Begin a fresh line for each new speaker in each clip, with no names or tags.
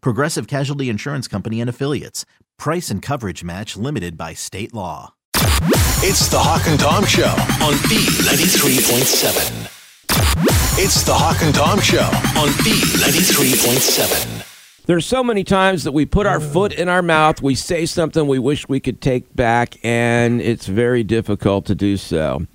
Progressive Casualty Insurance Company and Affiliates. Price and coverage match limited by state law.
It's the Hawk and Tom Show on B93.7. It's the Hawk and Tom Show on B93.7.
There's so many times that we put our foot in our mouth, we say something we wish we could take back, and it's very difficult to do so.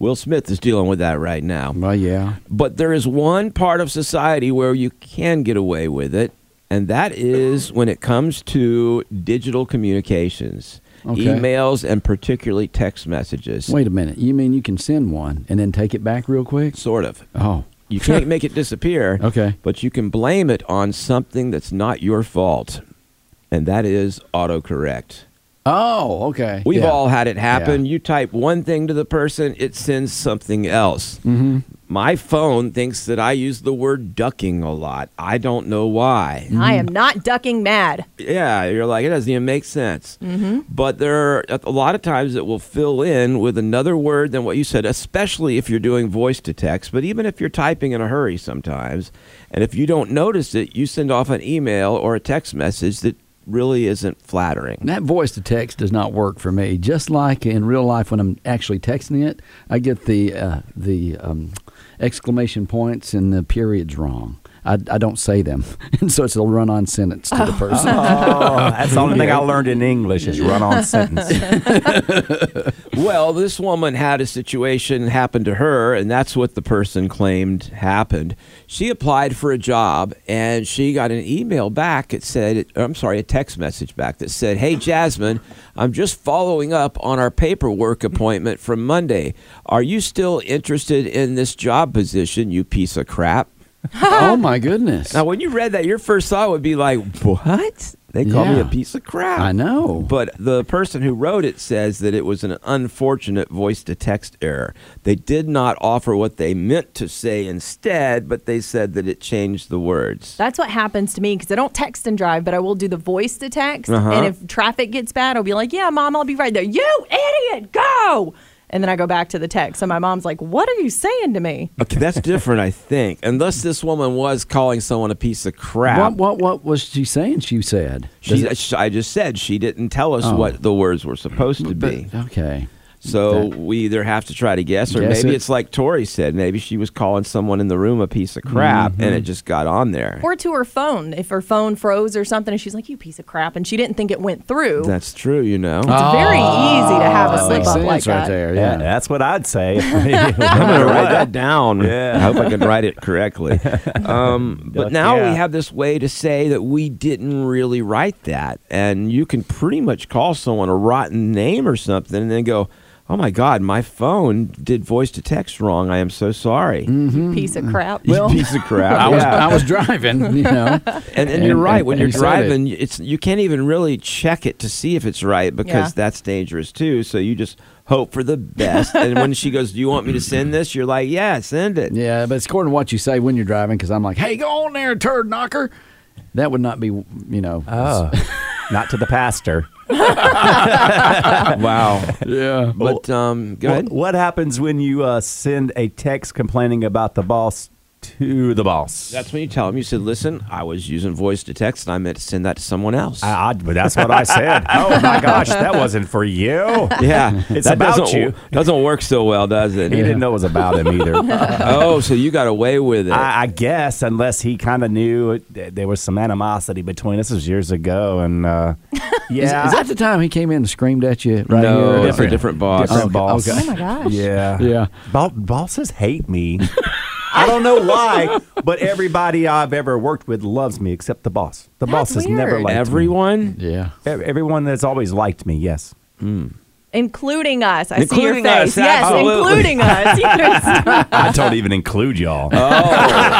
Will Smith is dealing with that right now.
Well, yeah.
But there is one part of society where you can get away with it, and that is when it comes to digital communications,
Okay.
emails, and particularly text messages.
Wait a minute. You mean you can send one and then take it back real quick?
Sort of.
Oh,
You can't make it disappear.
Okay.
But you can blame it on something that's not your fault, and that is autocorrect.
oh, okay.
We've
Yeah.
all had it happen.
Yeah.
You type one thing to the person, it sends something else. Mm-hmm. My phone thinks that I use the word ducking a lot. I don't know why.
I
Mm-hmm.
am not ducking mad.
Yeah, you're like, it doesn't even make sense. Mm-hmm. But there are a lot of times it will fill in with another word than what you said, especially if you're doing voice to text. But even if you're typing in a hurry sometimes, and if you don't notice it, you send off an email or a text message that really isn't flattering.
And that voice to text does not work for me. Just like in real life, when I'm actually texting it, I get the uh, the um, exclamation points and the periods wrong. I, I don't say them, and so it's a run-on sentence to the person.
Oh, that's the only thing I learned in English is run-on sentence.
Well, this woman had a situation happen to her, and that's what the person claimed happened. She applied for a job, and she got an email back. It said, or I'm sorry, a text message back that said, Hey, Jasmine, I'm just following up on our paperwork appointment from Monday. Are you still interested in this job position, you piece of crap?
oh my goodness!
Now, when you read that, your first thought would be like, "What? They call me
Yeah.
a piece of crap."
I know.
But the person who wrote it says that it was an unfortunate voice to text error. They did not offer what they meant to say instead, but they said that it changed the words.
That's what happens to me because I don't text and drive, but I will do the voice to text.
Uh-huh.
And if traffic gets bad, I'll be like, yeah, mom, I'll be right there. You idiot, go. And then I go back to the text. And my mom's like, what are you saying to me?
Okay, that's different, I think. Unless this woman was calling someone a piece of crap.
What what what was she saying? She said. Does
She,
it- Oh.
I just said she didn't tell us what the words were supposed to be.
okay.
So
That-
we either have to try to guess, or
Guess
maybe
it.
it's like Tori said. Maybe she was calling someone in the room a piece of crap, and it
Mm-hmm.
just got on there.
Or to her phone. If her phone froze or something, and she's like, you piece of crap. And she didn't think it went through.
That's true, you know.
Ah,
it's very
Oh.
easy to have a
Oh, That
slip
makes
up
sense
like
right
that.
there.
Yeah,
Yeah.
that's what I'd say.
I'm gonna write that down.
Yeah.
I hope I can write it correctly. Um, but
Duck,
now
yeah.
we have this way to say that we didn't really write that, and you can pretty much call someone a rotten name or something, and then go, "Oh my God, my phone did voice to text wrong. I am so sorry."
Piece of crap.
You piece of crap.
Mm. I was
Yeah.
I was driving. You know.
and, and
And-
you're right.
and-
When
and
you're
he said it.
driving, it's you can't even really check it to see if it's right because
Yeah.
that's dangerous too. So you just hope for the best. and when she goes, "Do you want me to send this?" You're like, "Yeah, send it."
Yeah, but it's according to what you say when you're driving, because I'm like, hey, go on there, turd knocker. That would not be, you know.
Oh, not to the pastor.
wow.
yeah.
But um, go
What,
ahead.
what happens when you uh, send a text complaining about the boss to the boss?
That's when you tell him. You said, "Listen, I was using voice to text, and I meant to send that to someone else."
I, I- but that's what I said. oh my gosh, that wasn't for you.
yeah,
It's
that
about
doesn't,
you.
Doesn't work so well, does it?
He didn't know it was about him either.
Oh, so you got away with it.
I, I guess unless he kind of knew it, th- there was some animosity between us. This was years ago, and uh,
Is-
Yeah.
Is, that the time he came in and screamed at you? Right
no,
here?
it's a different boss.
Different
okay,
boss.
okay.
Oh my gosh.
Yeah.
Yeah.
Bo- bosses hate me. I don't know why, but everybody I've ever worked with loves me except the boss. The
That's
boss has never
weird.
liked
Everyone.
Yeah.
me. Ev- Everyone that's always liked me, yes.
Including us. I see
Including
your face.
us,
yes,
absolutely.
including us. You know, it's-
I don't even include y'all.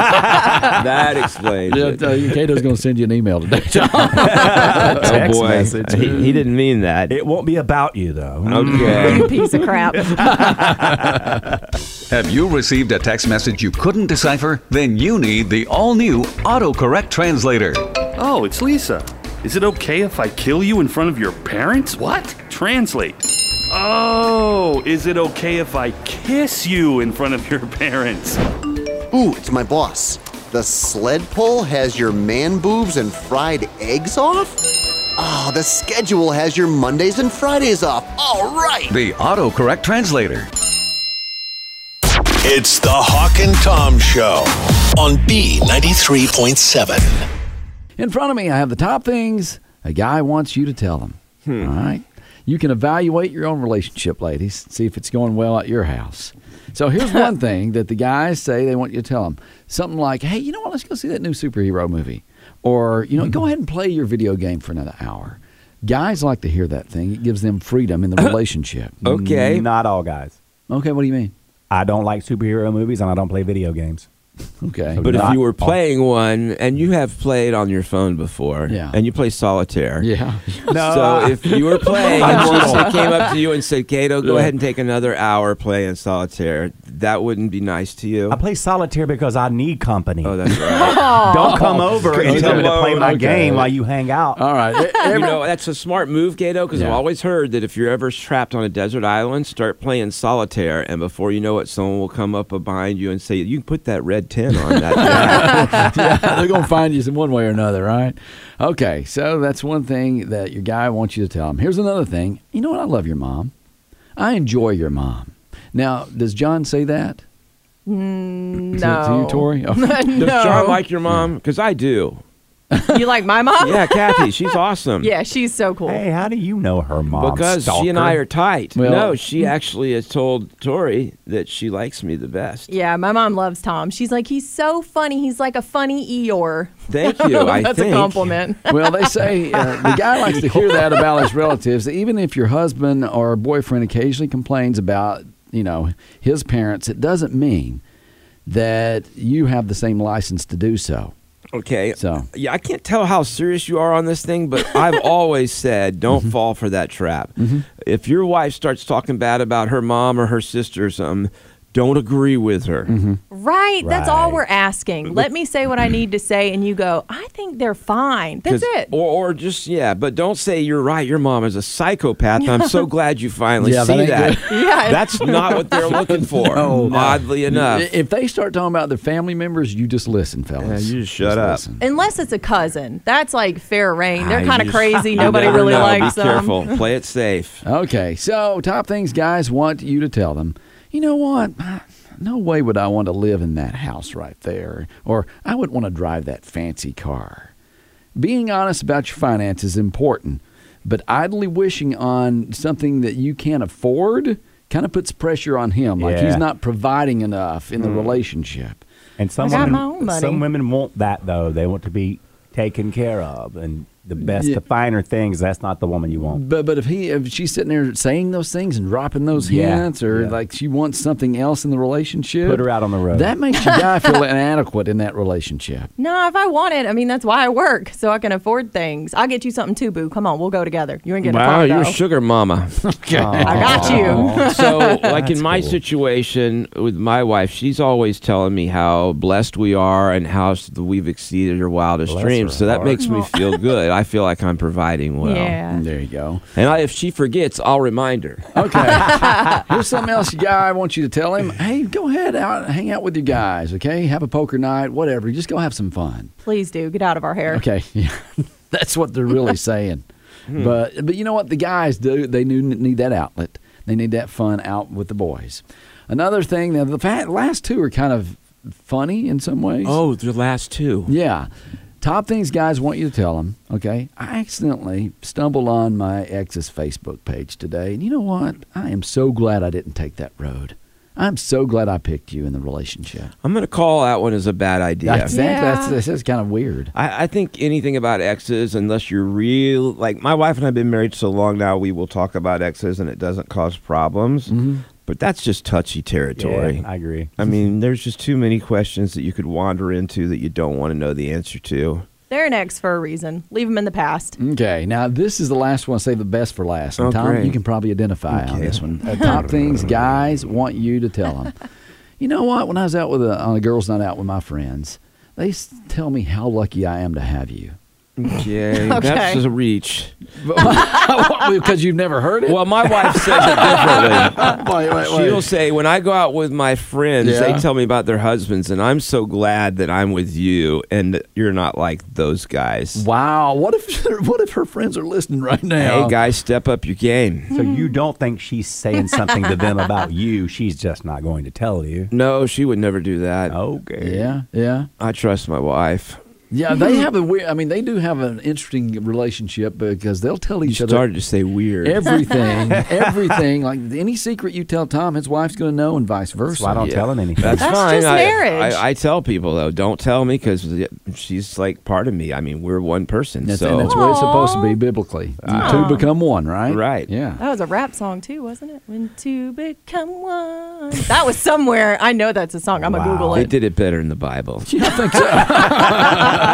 Oh, that explains
Yeah,
it.
uh, Kato's going to send you an email today, John.
oh
text
boy,
message.
He, he didn't mean that.
It won't be about you, though. Mm,
Okay.
you piece of crap.
Have you received a text message you couldn't decipher? Then you need the all new Autocorrect Translator.
Oh, it's Lisa. Is it okay if I kill you in front of your parents? What? Translate. Oh, is it okay if I kiss you in front of your parents?
Ooh, it's my boss. The sled pull has your man boobs and fried eggs off? Ah, the schedule has your Mondays and Fridays off. All right.
The Autocorrect Translator.
It's the Hawk and Tom Show on B93.7.
In front of me, I have the top things a guy wants you to tell him. All right. You can evaluate your own relationship, ladies, see if it's going well at your house. So here's one thing that the guys say they want you to tell them something like, hey, you know what? Let's go see that new superhero movie. Or, you know, go ahead and play your video game for another hour. Guys like to hear that thing. It gives them freedom in the relationship.
okay.
Not all guys.
Okay, what do you mean?
I don't like superhero movies and I don't play video games.
Okay.
But if
Not
you were
all-
playing one and you have played on your phone before
Yeah.
and you play solitaire.
yeah.
So if you were playing and
I'm
she
wrong.
said- came up to you and said, Kato, go ahead and take another hour playing solitaire, that wouldn't be nice to you.
I play solitaire because I need company.
Oh, that's right.
don't come over and
okay. Uh,
tell me to play my
Okay.
game while you hang out.
All right.
you know, that's a smart move, Gato, because
Yeah.
I've always heard that if you're ever trapped on a desert island, start playing solitaire, and before you know it, someone will come up behind you and say, "You can put that red tin on that." guy."
yeah, they're going to find you some one way or another, right? Okay, so that's one thing that your guy wants you to tell him. Here's another thing. You know what? I love your mom. I enjoy your mom. Now, does John say that?
no.
To- To you, Tori? Oh,
Does John
no.
like your mom? Because I do.
you like my mom?
Yeah, Kathy, she's awesome.
Yeah, she's so cool.
Hey, how do you know her mom?
Because she
stalker?
and I are tight.
Well-
no, she actually has told Tori that she likes me the best.
Yeah, my mom loves Tom. She's like, he's so funny. He's like a funny Eeyore.
Thank you. I
That's
think.
a compliment.
well, they say uh, the guy likes to hear that about his relatives, even if your husband or boyfriend occasionally complains about, you know, his parents, it doesn't mean that you have the same license to do so.
Okay.
So-
yeah, I can't tell how serious you are on this thing, but I've always said don't fall for that trap. If your wife starts talking bad about her mom or her sister or something, don't agree with her.
Right, That's all
Right.
we're asking. Let me say what I need to say, and you go, I think they're fine. That's
'Cause-
it.
Or, or just yeah, but don't say you're right. Your mom is a psychopath. I'm so glad you finally
Yeah,
see
that
that.
ain't
Yeah.
that's not what they're looking for. Oddly enough,
If they start talking about their family members, you just listen, fellas.
Yeah, you just shut up.
listen.
Unless it's a cousin. That's like fair reign. They're
I
kind of
just-
crazy.
you
Nobody
never
really
know.
likes
Be
them.
careful. Play it safe.
Okay, so top things guys want you to tell them. You know what? No way would I want to live in that house right there, or I wouldn't want to drive that fancy car. Being honest about your finances is important, but idly wishing on something that you can't afford kind of puts pressure on him, like
Yeah.
he's not providing enough in the
Mm.
relationship.
And some
I got
women,
my own money.
some women want that though. They want to be taken care of, and the best,
Yeah. Mm.
the finer things. That's not the woman you want.
But but if he if she's sitting there saying those things and dropping those
Yeah,
hints, or
yeah.
like she wants something else in the relationship,
Put her out on the road.
That makes your guy feel inadequate in that relationship.
No, if I want it, I mean, that's why I work, so I can afford things. I'll get you something too, boo. Come on, we'll go together. You ain't getting
Wow,
a car,
you're
though.
sugar mama.
I got you.
so, like in my situation with my wife, she's always telling me how blessed we are and how s- we've exceeded her wildest
Bless
dreams.
her
so that
heart.
makes me feel good. I feel like I'm providing well.
yeah.
Mm, There you go.
And I, if she forgets, I'll remind her.
Okay. Here's something else, you guy. I want you to tell him, hey, go ahead out, hang out with your guys, okay? Have a poker night, whatever. Just go have some fun.
Please do. Get out of our hair.
Okay. Yeah. That's what they're really saying. But but you know what the guys do? They do need that outlet. They need that fun out with the boys. Another thing, now the fa- last two are kind of funny in some ways.
Oh, the last two.
Yeah. Top things guys want you to tell them, okay? I accidentally stumbled on my ex's Facebook page today, and you know what? I am so glad I didn't take that road. I'm so glad I picked you in the relationship.
I'm going to call that one as a bad idea.
I think that's, that's, that's kind of weird.
I, I think anything about exes, unless you're real, like my wife and I have been married so long now, we will talk about exes and it doesn't cause problems. But that's just touchy territory.
Yeah, I agree.
I mean, there's just too many questions that you could wander into that you don't want to know the answer to.
They're an ex for a reason. Leave them in the past.
Okay, now this is the last one. Save the best for last. And
Oh,
Tom,
great.
you can probably identify on this one. Uh, top things guys want you to tell them. you know what? When I was out with a, on a girls' night out with my friends, they s- tell me how lucky I am to have you.
Okay, that's a reach.
Because you've never heard it.
Well, my wife says it differently. She'll say, when I go out with my friends,
Yeah.
they tell me about their husbands, and I'm so glad that I'm with you and that you're not like those guys.
Wow, what if what if her friends are listening right now?
Hey, guys, step up your game.
So
Mm-hmm.
you don't think she's saying something to them about you? She's just not going to tell you.
No, she would never do that.
Okay.
Yeah, yeah.
I trust my wife.
Yeah, they have a weird. I mean, they do have an interesting relationship because they'll tell each
You
other
started to say weird.
everything, everything. Like any secret you tell Tom, his wife's going to know, and vice versa.
why I don't
Yeah.
tell him anything.
That's,
That's
fine.
just
I,
marriage.
I, I tell people though, don't tell me because she's like part of me. I mean, we're one person.
That's,
so
and that's what it's supposed to be biblically. You two become one, right?
Right.
Yeah.
That was a rap song too, wasn't it? When two become one. That was somewhere. I know that's a song. I'm gonna Google
they
it.
did it better in the Bible.
Yeah, I think so.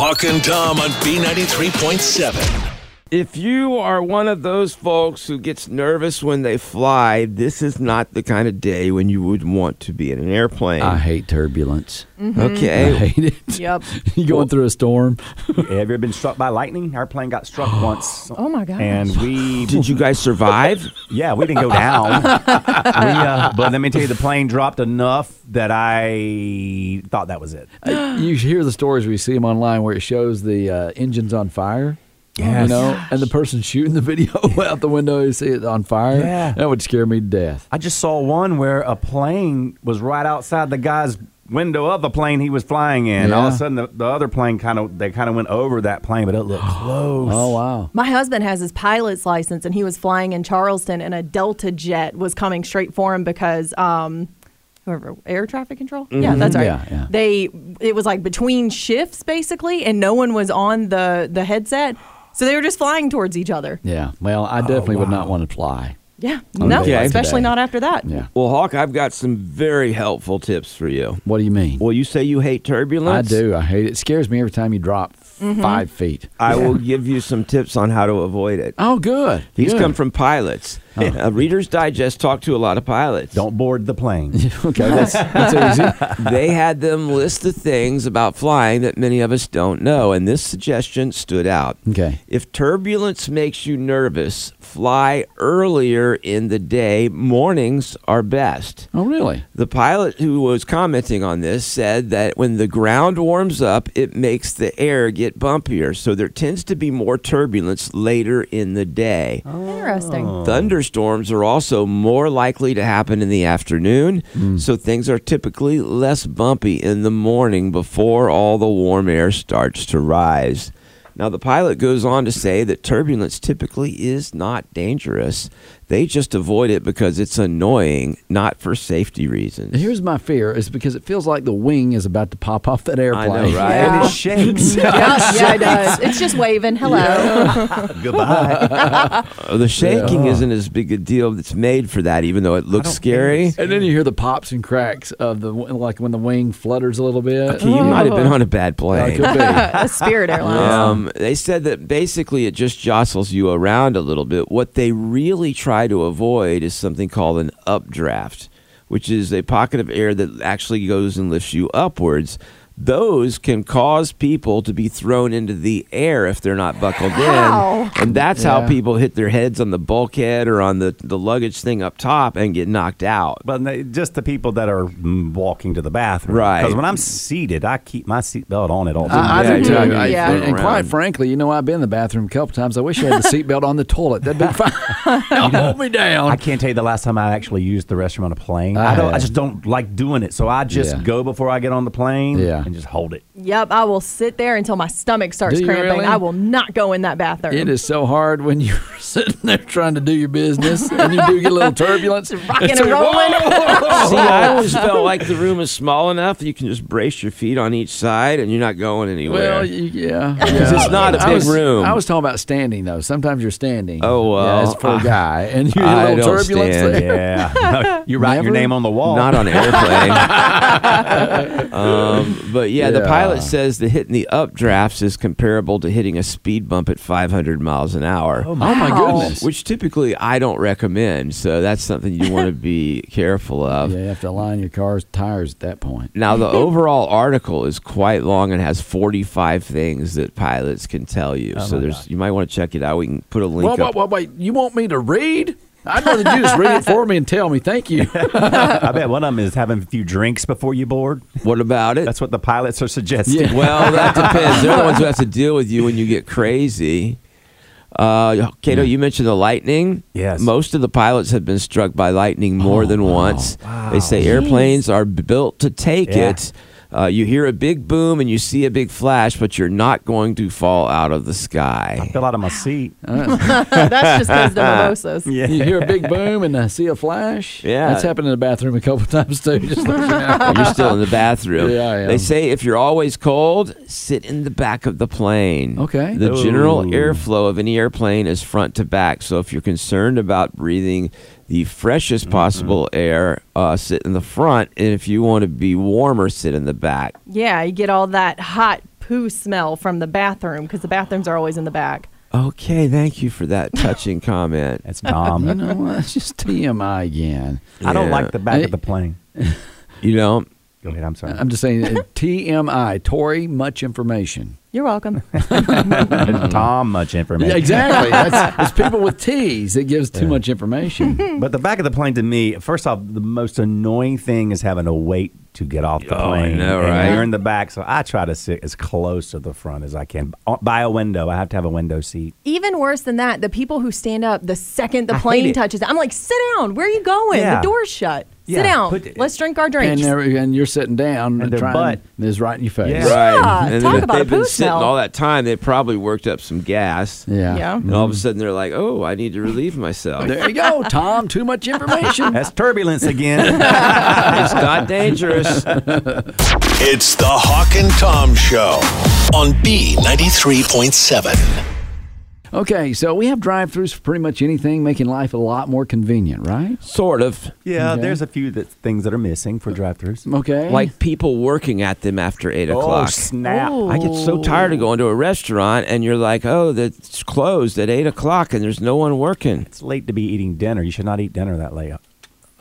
Hawk and Tom on B93.7.
If you are one of those folks who gets nervous when they fly, this is not the kind of day when you would want to be in an airplane.
I hate turbulence. I
Okay.
hate it.
Yep.
you going through a storm?
Have you ever been struck by lightning? Our plane got struck once.
Oh my gosh.
And we
Did you guys survive?
Yeah, we didn't go down. we, uh, but let me tell you, the plane dropped enough that I thought that was it.
you hear the stories we see them online where it shows the uh, engines on fire. You
Yes.
know, and the person shooting the video out the window, you see it on fire.
Yeah.
That would scare me to death.
I just saw one where a plane was right outside the guy's window of the plane he was flying in. All of
Yeah.
a sudden, the, the other plane kind of they kind of went over that plane, but it looked close.
Oh, wow.
My husband has his pilot's license, and he was flying in Charleston, and a Delta jet was coming straight for him because um, whoever air traffic control. Yeah, that's right.
Mm-hmm. Yeah, yeah.
They it was like between shifts basically, and no one was on the the headset, so they were just flying towards each other.
Yeah. Well, I definitely would not want to fly.
Yeah,
On
no,
the day
especially
today.
not after that.
Yeah.
well, Hawk, I've got some very helpful tips for you.
What do you mean?
Well, you say you hate
I
turbulence.
do. I hate it. It scares me every time you drop
Mm-hmm.
five feet.
I will give you some tips on how to avoid it.
Oh, good.
These
good.
come from pilots. Uh, Reader's Digest talked to a lot of pilots.
Don't board the plane.
okay, that's, that's easy.
they had them list the things about flying that many of us don't know, and this suggestion stood out.
Okay.
If turbulence makes you nervous, fly earlier in the day. Mornings are best.
Oh, really?
The pilot who was commenting on this said that when the ground warms up, it makes the air get bumpier. So there tends to be more turbulence later in the day.
Interesting.
Thunderstorms are also more likely to happen in the afternoon, so things are typically less bumpy in the morning before all the warm air starts to rise. Now, the pilot goes on to say that turbulence typically is not dangerous. They just avoid it because it's annoying, not for safety reasons.
Here's my fear is because it feels like the wing is about to pop off that airplane.
I know, right?
And it shakes.
yeah, yeah, it does. It's just waving hello.
Goodbye.
Uh, The shaking isn't as big a deal that's made for that, even though it looks scary.
And then you hear the pops and cracks of the w- like when the wing flutters a little bit. Oh,
Okay, you might have been on a bad
That
plane.
could be.
A Spirit Airlines.
Um, they said that basically it just jostles you around a little bit. What they really try to avoid is something called an updraft, which is a pocket of air that actually goes and lifts you upwards. Those can cause people to be thrown into the air if they're not buckled
Wow.
in. And that's
Yeah.
how people hit their heads on the bulkhead or on the, the luggage thing up top and get knocked out.
but they- just the people that are mm, walking to the bathroom.
Right.
Because when I'm seated, I keep my seatbelt on at all times.
I, I
Yeah,
do too.
yeah,
I-
yeah.
And, and quite
Around.
frankly, you know, I've been in the bathroom a couple times. I wish I had the seatbelt on the toilet. That'd be fine. Hold me down.
I can't tell you the last time I actually used the restroom on a plane.
I
I, don't. I
have.
just don't like doing it, so I just
Yeah.
go before I get on the plane.
Yeah.
and just hold it.
Yep, I will sit there until my stomach starts
Do you
cramping.
really?
I will not go in that bathroom.
It is so hard when you're sitting there trying to do your business and you do get a little turbulence.
Rocking
It's
and
like,
rolling.
"Whoa!"
See, I always felt like the room is small enough that you can just brace your feet on each side and you're not going anywhere.
Well, y- yeah,
'Cause it's not a
I
big
was-
room.
I was talking about standing though. Sometimes you're standing.
Oh well,
yeah, it's for a
I-
guy, and you get
I
a little
don't
turbulence
stand.
there.
Yeah. you write your
Never?
name on the wall.
Not on an airplane. um, but yeah, the pilot says the hit in the updrafts is comparable to hitting a speed bump at 500 miles an hour.
Oh my goodness!
Which typically I don't recommend, so that's something you want to be careful of.
Yeah, you have to align your car's tires at that point.
Now, the overall article is quite long and has 45 things that pilots can tell you. so there's you might want to check it out. We can put a link
Oh Whoa, whoa,
up.
whoa, wait! You want me to read? I'd rather you just read it for me and tell me. Thank you.
I bet one of them is having a few drinks before you board.
What about it?
That's what the pilots are suggesting.
Yeah.
Well, that depends. They're the ones who have to deal with you when you get crazy. Uh, Cato, you mentioned the lightning.
Yes. Oh,
Most of the pilots have been struck by lightning more than once. They say airplanes are built to take
Yeah.
it. Uh, you hear a big boom and you see a big flash, but you're not going to fall out of the sky.
Fell out of my seat.
That's just because the mimosas.
You hear a big boom and uh, see a flash.
Yeah.
that's happened in the bathroom a couple times too. Just like,
you're still in the bathroom.
Yeah, I am.
They say if you're always cold, sit in the back of the plane.
Okay.
The general airflow of any airplane is front to back. So if you're concerned about breathing the
Mm-hmm.
freshest possible air, uh, sit in the front. And if you want to be warmer, sit in the back.
Yeah, you get all that hot poo smell from the bathroom because the bathrooms are always in the back.
Okay, thank you for that touching comment.
That's
you
dumb.
know what? uh, It's just TMI again.
I don't
Yeah.
like the back
I-
of the plane.
You know,
Go ahead. I'm sorry.
I'm just saying, uh, TMI, Tori, much information.
You're welcome.
Tom, much information.
Yeah, exactly. That's, it's people with T's that gives too much information.
But the back of the plane to me, first off, the most annoying thing is having to wait to get off the
Oh, I
plane.
know,
And
right?
You're in the back, so I try to sit as close to the front as I can. Uh, By a window, I have to have a window seat.
Even worse than that, the people who stand up the second the
I hate
plane
it.
touches, I'm like, sit down. Where are you going?
Yeah.
The door's shut.
Yeah,
sit down.
put-
Let's drink our
And,
drinks.
they're- and you're sitting down
And their
trying,
butt.
and it's right in your face.
Yeah.
right? And
talk
if
about a
they've been
poo
sitting
smell.
all that time. They probably worked up some gas.
Yeah.
Yeah.
And all of a sudden, they're like, "Oh, I need to relieve myself."
There you go, Tom. Too much information.
That's turbulence again.
it's not dangerous.
It's the Hawk and Tom Show on B93.7.
Okay, so we have drive-throughs for pretty much anything, making life a lot more convenient, right?
Sort of.
yeah,
Okay.
there's a few that, things that are missing for drive-throughs.
Okay.
Like people working at them after eight
Oh,
o'clock.
snap.
I get so tired of going to a restaurant and you're like, oh, that's closed at eight o'clock and there's no one working.
It's late to be eating dinner. You should not eat dinner that late.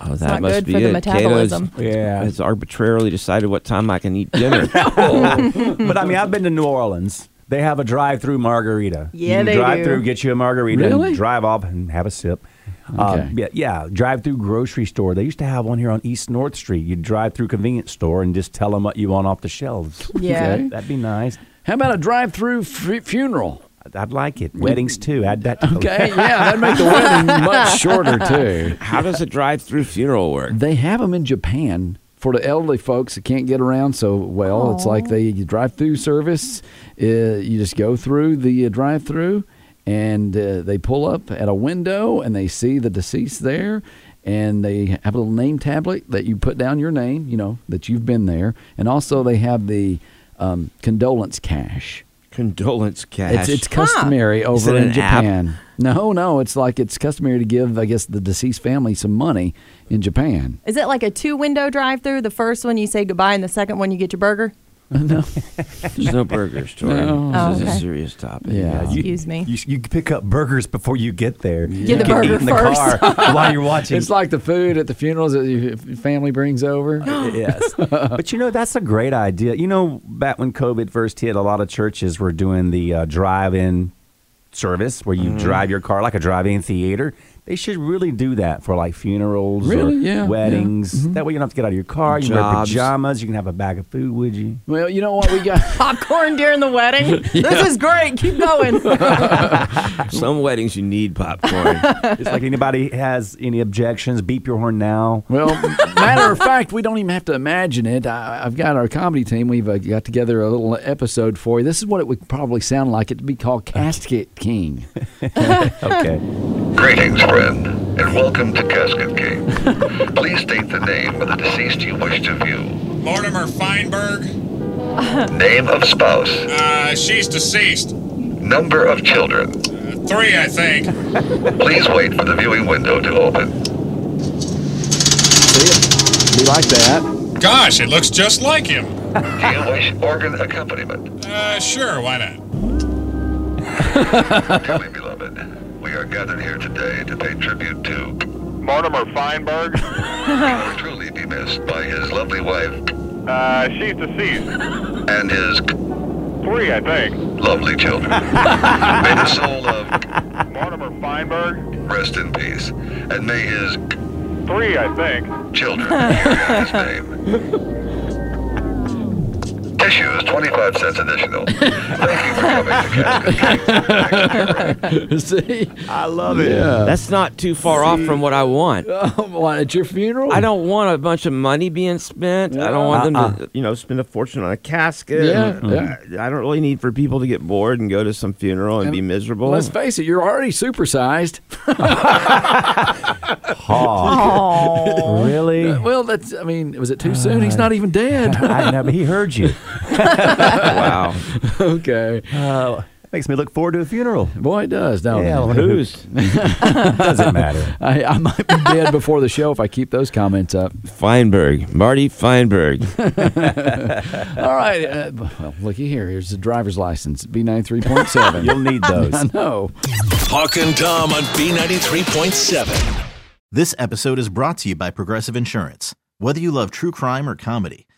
Oh, that
not
must
good
be
for
it.
the
Cato's-
metabolism.
Yeah.
has arbitrarily decided what time I can eat dinner. Oh,
but I mean, I've been to New Orleans. They have a drive-through margarita.
Yeah,
you
they
drive
do.
through, get you a margarita,
Really?
and drive off and have a sip. Um,
Okay.
yeah, yeah, drive through grocery store. They used to have one here on East North Street. You drive through convenience store and just tell them what you want off the shelves.
Yeah.
Okay.
That'd be nice.
how about a drive-through f- funeral?
I'd- I'd like it. Weddings too. Add that. To the-
Mm. Okay, yeah, that'd make the wedding much shorter too.
How does a drive through funeral work?
They have them in Japan for the elderly folks that can't get around so well. It's like they you drive through service. Uh, you just go through the uh, drive through, and uh, they pull up at a window and they see the deceased there. And they have a little name tablet that you put down your name, you know, that you've been there. And also, they have the um, condolence cash.
Condolence cash.
It's, it's customary
it
over in
an app?
Japan. No, no, it's like it's customary to give, I guess, the deceased family some money in Japan.
Is it like a two window drive through? The first one you say goodbye, and the second one you get your burger?
There's no burgers, Tori.
No.
Oh,
This is
okay.
a serious topic.
Yeah.
You-
Excuse me.
You, you pick up burgers before you get there.
Get the
you can eat
burger
in the
first.
car while you're watching.
It's like the food at the funerals that your f- family brings over.
yes. But you know, that's a great idea. You know, back when COVID first hit, a lot of churches Mm-hmm. were doing the uh, drive in service where you drive your car like a drive in theater. They should really do that for like funerals
Really?
or
Yeah, yeah.
weddings. That way you don't have to get out of your car. You can wear
Jobs.
pajamas. You can have a bag of food with you.
Well, you know what we got.
Popcorn during the wedding. This is great. Keep going.
Some weddings you need popcorn.
it's like anybody has any objections, beep your horn now.
Well, matter of fact, we don't even have to imagine it. I, I've got our comedy team. We've uh, got together a little episode for you. This is what it would probably sound like. It'd be called Casket King.
Okay.
Greetings, friend, and welcome to Casket King. Please state the name of the deceased you wish to view.
Mortimer Feinberg.
Name of spouse.
Uh, she's deceased.
Number of children.
Three, I think.
Please wait for the viewing window to open.
We like that.
Gosh, it looks just like him.
Do you wish organ accompaniment?
Uh, sure, why not?
Tell me, beloved, we are gathered here today to pay tribute to Mortimer Feinberg. He will truly be missed by his lovely wife. Uh, she's deceased. And his three, I think. Lovely children. may the soul of Mortimer Feinberg rest in peace, and may his three, I think, children hear his name. Tissues, twenty-five cents additional. Thank you for coming to Casket
See?
I love
it. Yeah.
That's not too far off from what I want.
what, at your funeral?
I don't want a bunch of money being spent. I don't want them to, Uh, you know, spend a fortune on a casket.
Yeah,
and, uh, I don't really need for people to get bored and go to some funeral and, be miserable.
Let's face it, you're already supersized.
Oh.
Really?
Well, that's, I mean, was it too soon? He's not even dead.
I know, but he heard you.
wow.
okay.
Uh, makes me look forward to a funeral.
Boy, it does, don't
Oh, Yeah,
it?
well,
Who's
Doesn't matter.
I, I might be dead before the show if I keep those comments up.
Feinberg? Marty Feinberg.
All right. Uh, well, looky here. Here's the driver's license, B93.7.
You'll need
I
those.
know.
Hawk and Tom on B93.7.
This episode is brought to you by Progressive Insurance. Whether you love true crime or comedy,